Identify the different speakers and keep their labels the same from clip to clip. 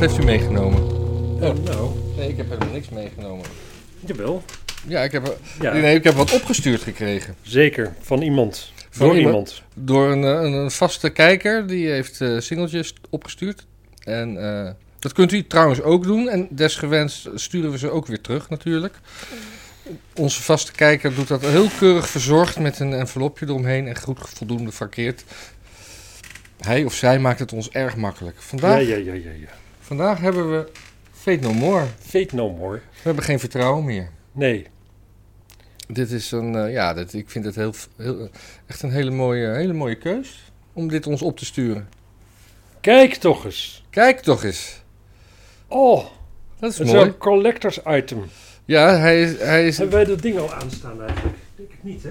Speaker 1: heeft u meegenomen?
Speaker 2: Oh, nou.
Speaker 1: Nee, ik heb helemaal niks meegenomen.
Speaker 2: Jawel.
Speaker 1: Ja, ik heb,
Speaker 2: Ja,
Speaker 1: nee, ik heb wat opgestuurd gekregen.
Speaker 2: zeker. Van iemand. Van
Speaker 1: iemand?
Speaker 2: iemand.
Speaker 1: Door een, eh, een, een vaste kijker, die heeft eh, singeltjes opgestuurd. En eh, dat kunt u trouwens ook doen. En desgewenst sturen we ze ook weer terug natuurlijk. Onze vaste kijker doet dat heel keurig verzorgd met een envelopje eromheen en goed voldoende verkeerd. Hij of zij maakt het ons erg makkelijk. Vandaag,
Speaker 2: Ja, ja, ja, ja, ja.
Speaker 1: vandaag hebben we Fate No More.
Speaker 2: Fate no more.
Speaker 1: We hebben geen vertrouwen meer.
Speaker 2: Nee.
Speaker 1: Dit is een, eh, ja, dit, ik vind het heel, heel, echt een hele mooie, hele mooie keus om dit ons op te sturen.
Speaker 2: Kijk toch eens.
Speaker 1: Kijk toch eens.
Speaker 2: Oh,
Speaker 1: Dat is
Speaker 2: het is
Speaker 1: mooi.
Speaker 2: een collectors item.
Speaker 1: Ja, hij is, hij is
Speaker 2: Hebben wij dat ding al aanstaan eigenlijk? Denk ik niet, hè?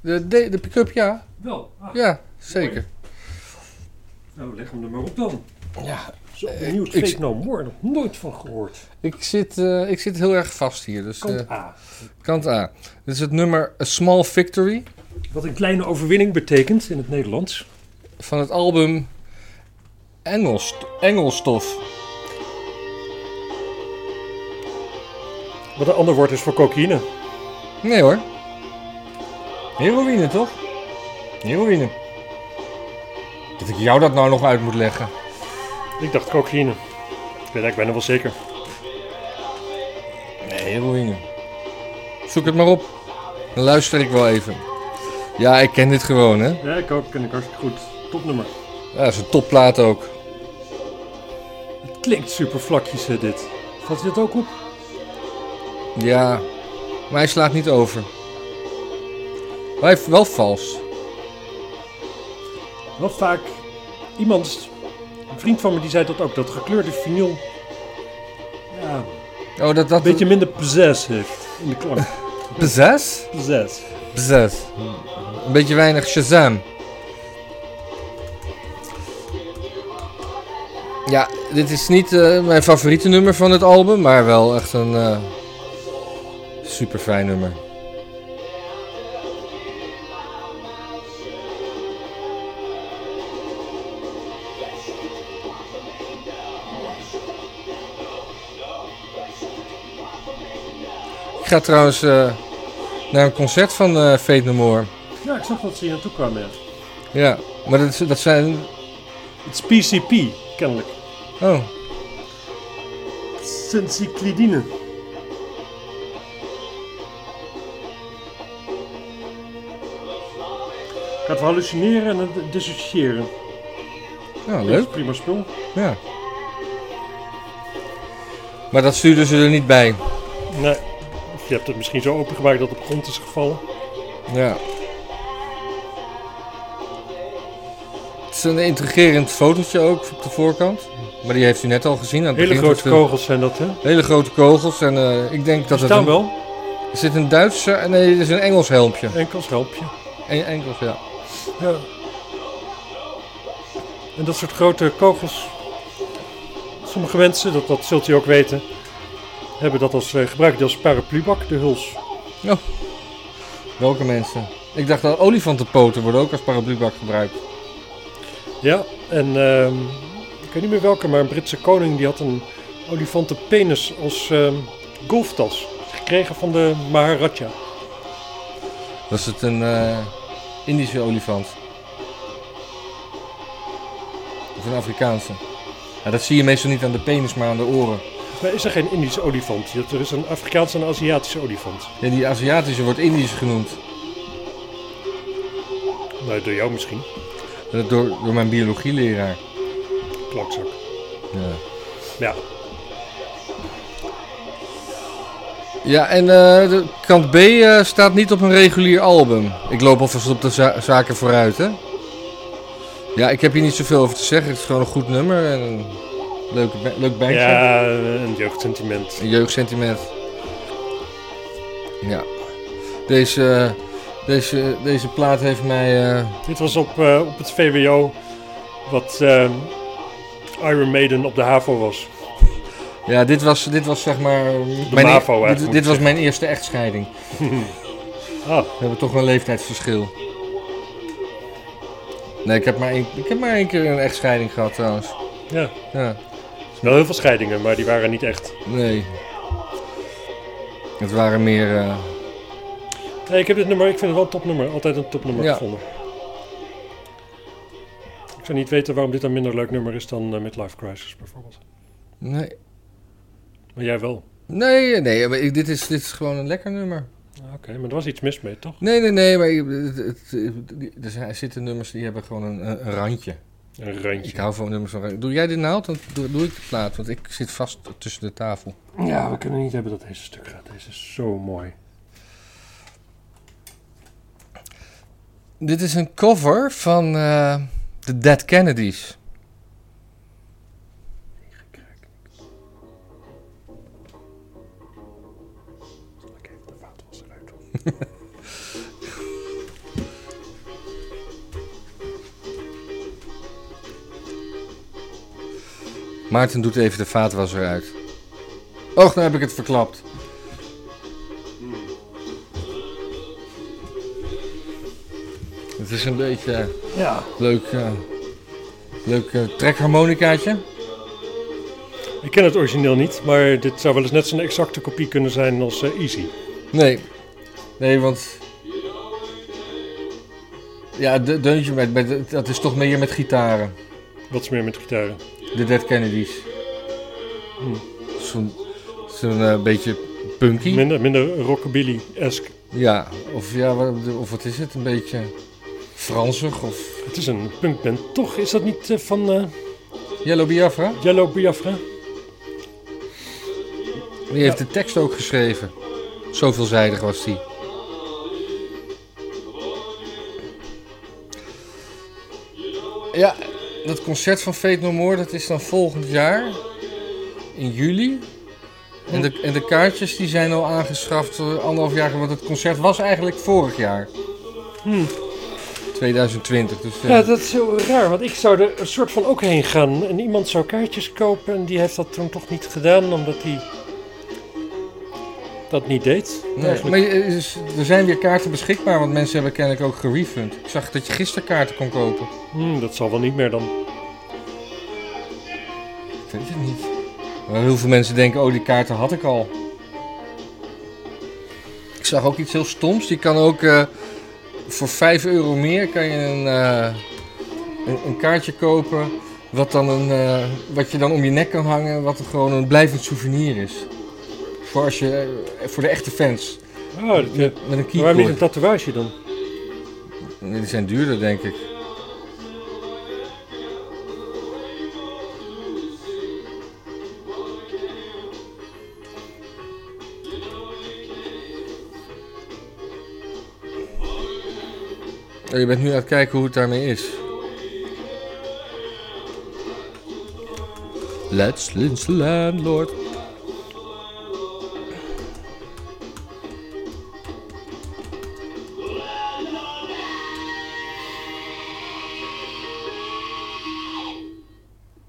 Speaker 1: de, de, de pick-up, ja.
Speaker 2: Wel. Ah,
Speaker 1: Ja, zeker.
Speaker 2: Nou, leg hem er maar op dan.
Speaker 1: Ja.
Speaker 2: Zo benieuwd.
Speaker 1: ik-
Speaker 2: Fate no more. Nog nooit van gehoord.
Speaker 1: Ik zit, eh, ik zit heel erg vast hier, dus
Speaker 2: Kant
Speaker 1: eh,
Speaker 2: A.
Speaker 1: kant A. Dit is het nummer A Small Victory
Speaker 2: Wat een kleine overwinning betekent in het Nederlands.
Speaker 1: van het album Engels, Engelstof.
Speaker 2: Wat een ander woord is voor cocaïne.
Speaker 1: Nee hoor. Heroïne, toch? Heroïne. Dat ik jou dat nou nog uit moet leggen.
Speaker 2: Ik dacht cocaïne. Ik weet eigenlijk bijna wel zeker.
Speaker 1: Nee, heroïne. Zoek het maar op. Dan luister ik wel even. Ja, ik ken dit gewoon, hè.
Speaker 2: Ja, ik ook. Ken ik hartstikke goed. Topnummer.
Speaker 1: Ja, dat is een topplaat ook.
Speaker 2: Het klinkt super vlakjes, hè, dit. Valt je dat ook op?
Speaker 1: Ja, maar hij slaat niet over. Maar hij heeft wel vals.
Speaker 2: Wat vaak iemand, een vriend van me, die zei dat ook, dat gekleurde vinyl ja,
Speaker 1: Oh, dat dat...
Speaker 2: een beetje minder pizzazz heeft in de klank.
Speaker 1: Bezes?
Speaker 2: Pizzazz.
Speaker 1: Bezes. Een beetje weinig Shazam. Ja, dit is niet eh, mijn favoriete nummer van het album, maar wel echt een eh super fijn nummer. Ik ga trouwens eh, naar een concert van eh Fate No More.
Speaker 2: Ja, ik zag dat ze hier naartoe kwamen. ja.
Speaker 1: Ja, maar dat, is- dat zijn...
Speaker 2: Het is PCP, kennelijk.
Speaker 1: Oh,
Speaker 2: Sencyclidine. Gaat hallucineren en het dissociëren.
Speaker 1: nou
Speaker 2: Dat is
Speaker 1: leuk.
Speaker 2: prima spul.
Speaker 1: Ja. Maar dat stuurden ze er niet bij.
Speaker 2: Nee, of je hebt het misschien zo opengemaakt dat het op grond is gevallen.
Speaker 1: Ja. Het is een intrigerend fotootje ook op de voorkant. Maar die heeft u net al gezien. Aan het
Speaker 2: Hele
Speaker 1: begin
Speaker 2: grote
Speaker 1: van het film.
Speaker 2: kogels zijn dat, hè?
Speaker 1: Hele grote kogels. En eh, ik denk dat het...
Speaker 2: Die staan
Speaker 1: een-
Speaker 2: wel.
Speaker 1: Er zit een Duitse... eh, Nee, er is een Engels helmpje.
Speaker 2: Enkels help je.
Speaker 1: Eén Engels, ja.
Speaker 2: Ja. En dat soort grote kogels. Sommige mensen, dat, dat zult u ook weten, hebben dat als eh, gebruikt als paraplubak, de huls.
Speaker 1: Welke mensen? Ik dacht dat olifantenpoten worden ook als paraplubak gebruikt.
Speaker 2: Ja, en ehm, ik weet niet meer welke, maar een Britse koning die had een olifantenpenis als ehm, golftas. Gekregen van de Maharaja.
Speaker 1: Was het een eh, Indische olifant? Of een Afrikaanse? Ja, dat zie je meestal niet aan de penis, maar aan de oren.
Speaker 2: Volgens mij is er geen Indische olifant. Je hebt- Er is een Afrikaanse en een Aziatische olifant.
Speaker 1: Ja, die Aziatische wordt Indisch genoemd.
Speaker 2: Nou, door jou misschien.
Speaker 1: Eh, Door, door mijn biologieleraar.
Speaker 2: Klakzak.
Speaker 1: Ja,
Speaker 2: Ja,
Speaker 1: ja en eh, de kant B eh, staat niet op een regulier album. Ik loop alvast op de za- zaken vooruit, hè? Ja, ik heb hier niet zoveel over te zeggen. Het is gewoon een goed nummer en een leuke, ba- leuk bandje.
Speaker 2: ja een jeugdsentiment.
Speaker 1: Een jeugdsentiment. Ja. Deze, deze, deze plaat heeft mij... eh,
Speaker 2: Dit was op, eh, op het VWO wat ehm, Iron Maiden op de HAVO was.
Speaker 1: ja, dit was, dit was zeg maar... eh, mijn, e-
Speaker 2: MAVO eigenlijk, moet
Speaker 1: dit dit
Speaker 2: ik
Speaker 1: was
Speaker 2: zeggen.
Speaker 1: mijn eerste echtscheiding.
Speaker 2: Ah,
Speaker 1: We hebben toch wel een leeftijdsverschil. Nee, ik heb maar één, ik heb maar één keer een echtscheiding gehad trouwens.
Speaker 2: Ja.
Speaker 1: Ja,
Speaker 2: Wel heel veel scheidingen, maar die waren niet echt.
Speaker 1: nee. Het waren meer... eh,
Speaker 2: Nee, ik heb dit nummer, ik vind het wel een topnummer. Altijd een topnummer
Speaker 1: Ja.
Speaker 2: gevonden. Ik zou niet weten waarom dit een minder leuk nummer is dan eh, Midlife Crisis bijvoorbeeld.
Speaker 1: nee.
Speaker 2: Maar jij wel.
Speaker 1: Nee, nee maar ik- dit, is, dit is gewoon een lekker nummer.
Speaker 2: Ah, Oké, maar er was iets mis mee, toch?
Speaker 1: Nee, nee, nee, maar ik- het, het- die- er zijn- er zitten nummers die hebben gewoon een, een een randje.
Speaker 2: Een
Speaker 1: Ik
Speaker 2: randje.
Speaker 1: hou van nummers van randje. Doe jij de naald, dan doe, doe ik de plaat, want ik zit vast tussen de tafel.
Speaker 2: Ja, we kunnen niet hebben dat deze stuk gaat. Deze is zo mooi.
Speaker 1: Dit is een cover van eh The Dead Kennedys.
Speaker 2: Oké, de was eruit.
Speaker 1: Maarten doet even de vaatwasser uit. Och, nou heb ik het verklapt. Het is een beetje eh,
Speaker 2: Ja.
Speaker 1: leuk, eh, leuk eh, trekharmonicaatje.
Speaker 2: Ik ken het origineel niet, maar dit zou wel eens net zo'n exacte kopie kunnen zijn als eh, Easy.
Speaker 1: Nee. Nee, want... Ja, het deuntje, met, met, dat is toch meer met gitaren.
Speaker 2: Wat is meer met gitaren?
Speaker 1: De Dead Kennedys. Hm.
Speaker 2: Hmm.
Speaker 1: Zo'n zo'n, eh, beetje punky.
Speaker 2: Minder, minder rockabilly-esque.
Speaker 1: Ja, of, ja wat, of wat is het? Een beetje Fransig of
Speaker 2: Het is een punkband. Toch is dat niet eh, van eh,
Speaker 1: Yellow Biafra.
Speaker 2: Jello Biafra?
Speaker 1: Die heeft de tekst ook geschreven. Zo veelzijdig was die. Ja, dat concert van Fate No More, dat is dan volgend jaar. In juli. En de, en de kaartjes die zijn al aangeschaft eh, anderhalf jaar. geleden, Want het concert was eigenlijk vorig jaar.
Speaker 2: Hmm.
Speaker 1: 2020. Dus, eh,
Speaker 2: Ja, dat is heel raar, want ik zou er een soort van ook heen gaan. En iemand zou kaartjes kopen en die heeft dat toen toch niet gedaan, omdat hij dat niet deed.
Speaker 1: Nee, maar je- is- er zijn weer kaarten beschikbaar, want mensen hebben kennelijk ook gerefund. Ik zag dat je gisteren kaarten kon kopen.
Speaker 2: Hmm, dat zal wel niet meer dan.
Speaker 1: Ik weet het niet. Maar heel veel mensen denken, oh die kaarten had ik al. Ik zag ook iets heel stoms. Je kan ook eh, voor 5 euro meer kan je een, eh, een, een kaartje kopen. Wat, dan een, eh, wat je dan om je nek kan hangen. Wat gewoon een blijvend souvenir is. Voor, als je, eh, voor de echte fans.
Speaker 2: Ah, dat,
Speaker 1: Met,
Speaker 2: ja.
Speaker 1: met een
Speaker 2: Maar waarom niet een
Speaker 1: keycord.
Speaker 2: tatoeage dan?
Speaker 1: Nee, Die zijn duurder denk ik. Oh, Je bent nu aan het kijken hoe het daarmee is. Let's Lynch Landlord.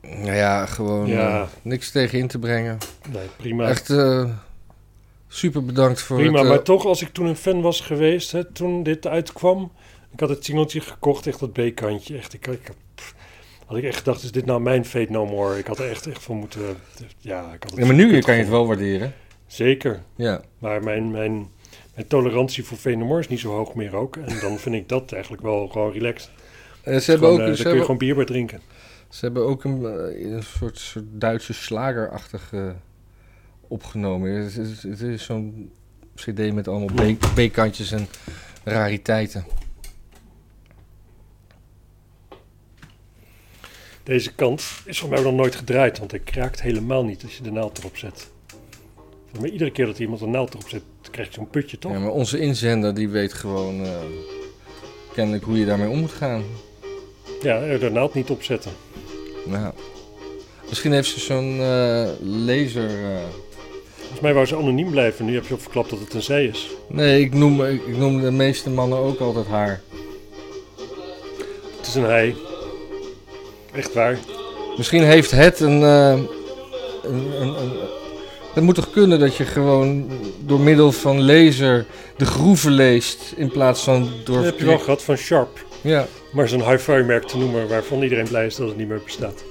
Speaker 1: Nou ja, gewoon
Speaker 2: Ja.
Speaker 1: eh, niks tegen in te brengen.
Speaker 2: Nee, prima.
Speaker 1: Echt eh, super bedankt voor
Speaker 2: prima,
Speaker 1: het... eh,
Speaker 2: maar toch, als ik toen een fan was geweest, hè, toen dit uitkwam, ik had het singeltje gekocht, echt dat B-kantje. Echt, ik, ik- pff, had ik echt gedacht, is dit nou mijn Fate No More? Ik had er echt, echt van moeten... eh, Ja, ik had het
Speaker 1: ja, maar nu
Speaker 2: kut
Speaker 1: kan je het
Speaker 2: gevonden.
Speaker 1: wel waarderen.
Speaker 2: Zeker.
Speaker 1: Ja. Eh,
Speaker 2: Maar mijn, mijn, mijn tolerantie voor Venomor is niet zo hoog meer ook. En dan vind ik dat eigenlijk wel gewoon relaxed.
Speaker 1: Eh, ze, hebben
Speaker 2: Gewoon,
Speaker 1: ook, ze,
Speaker 2: eh, daar kun je
Speaker 1: hebben,
Speaker 2: gewoon bier bij drinken.
Speaker 1: ze hebben ook een, eh, een soort, soort Duitse slagerachtig eh, opgenomen. Het is, het is- het is zo'n cd met allemaal B- B-kantjes en rariteiten.
Speaker 2: Deze kant is voor mij nog nooit gedraaid, want hij kraakt helemaal niet als je de naald erop zet. Voor mij iedere keer dat iemand een naald erop zet, krijg je zo'n putje toch?
Speaker 1: Ja, maar onze inzender die weet gewoon eh, kennelijk hoe je daarmee om moet gaan.
Speaker 2: Ja, er de naald niet opzetten.
Speaker 1: Nou, misschien heeft ze zo'n eh, laser... eh,
Speaker 2: Volgens mij wou ze anoniem blijven. Nu heb je ook verklapt dat het een zij is.
Speaker 1: Nee, ik noem, ik noem de meeste mannen ook altijd haar.
Speaker 2: Het is een hij. Echt waar.
Speaker 1: Misschien heeft het een, eh, een, een, een- Het moet toch kunnen dat je gewoon door middel van laser de groeven leest in plaats van door...
Speaker 2: Dat heb je wel gehad van Sharp.
Speaker 1: Ja,
Speaker 2: Maar zo'n hi-fi merk te noemen waarvan iedereen blij is dat het niet meer bestaat.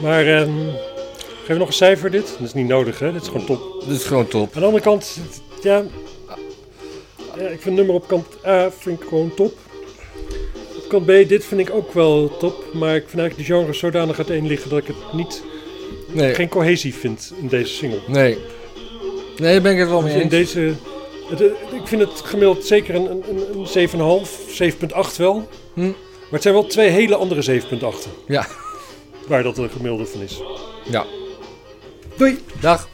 Speaker 2: Maar ehm geef nog een cijfer dit. Dat is niet nodig, hè? Dit is gewoon top.
Speaker 1: Dit is gewoon top.
Speaker 2: Aan de andere kant, ja, ja ik vind nummer op kant A vind ik gewoon top. Op kant B, dit vind ik ook wel top, maar ik vind eigenlijk de genres zodanig uiteen liggen dat ik het niet,
Speaker 1: Nee,
Speaker 2: geen cohesie vind in deze single.
Speaker 1: nee. Nee, daar ben ik het wel
Speaker 2: Dus
Speaker 1: mee
Speaker 2: in
Speaker 1: eens.
Speaker 2: deze, het, het- eh, ik vind het gemiddeld zeker een, een, een- een 7,5, 7,8 wel.
Speaker 1: Hm.
Speaker 2: Maar het zijn wel twee hele andere 7,8.
Speaker 1: Ja.
Speaker 2: Waar dat een gemiddelde van is.
Speaker 1: Ja.
Speaker 2: Doei!
Speaker 1: Dag.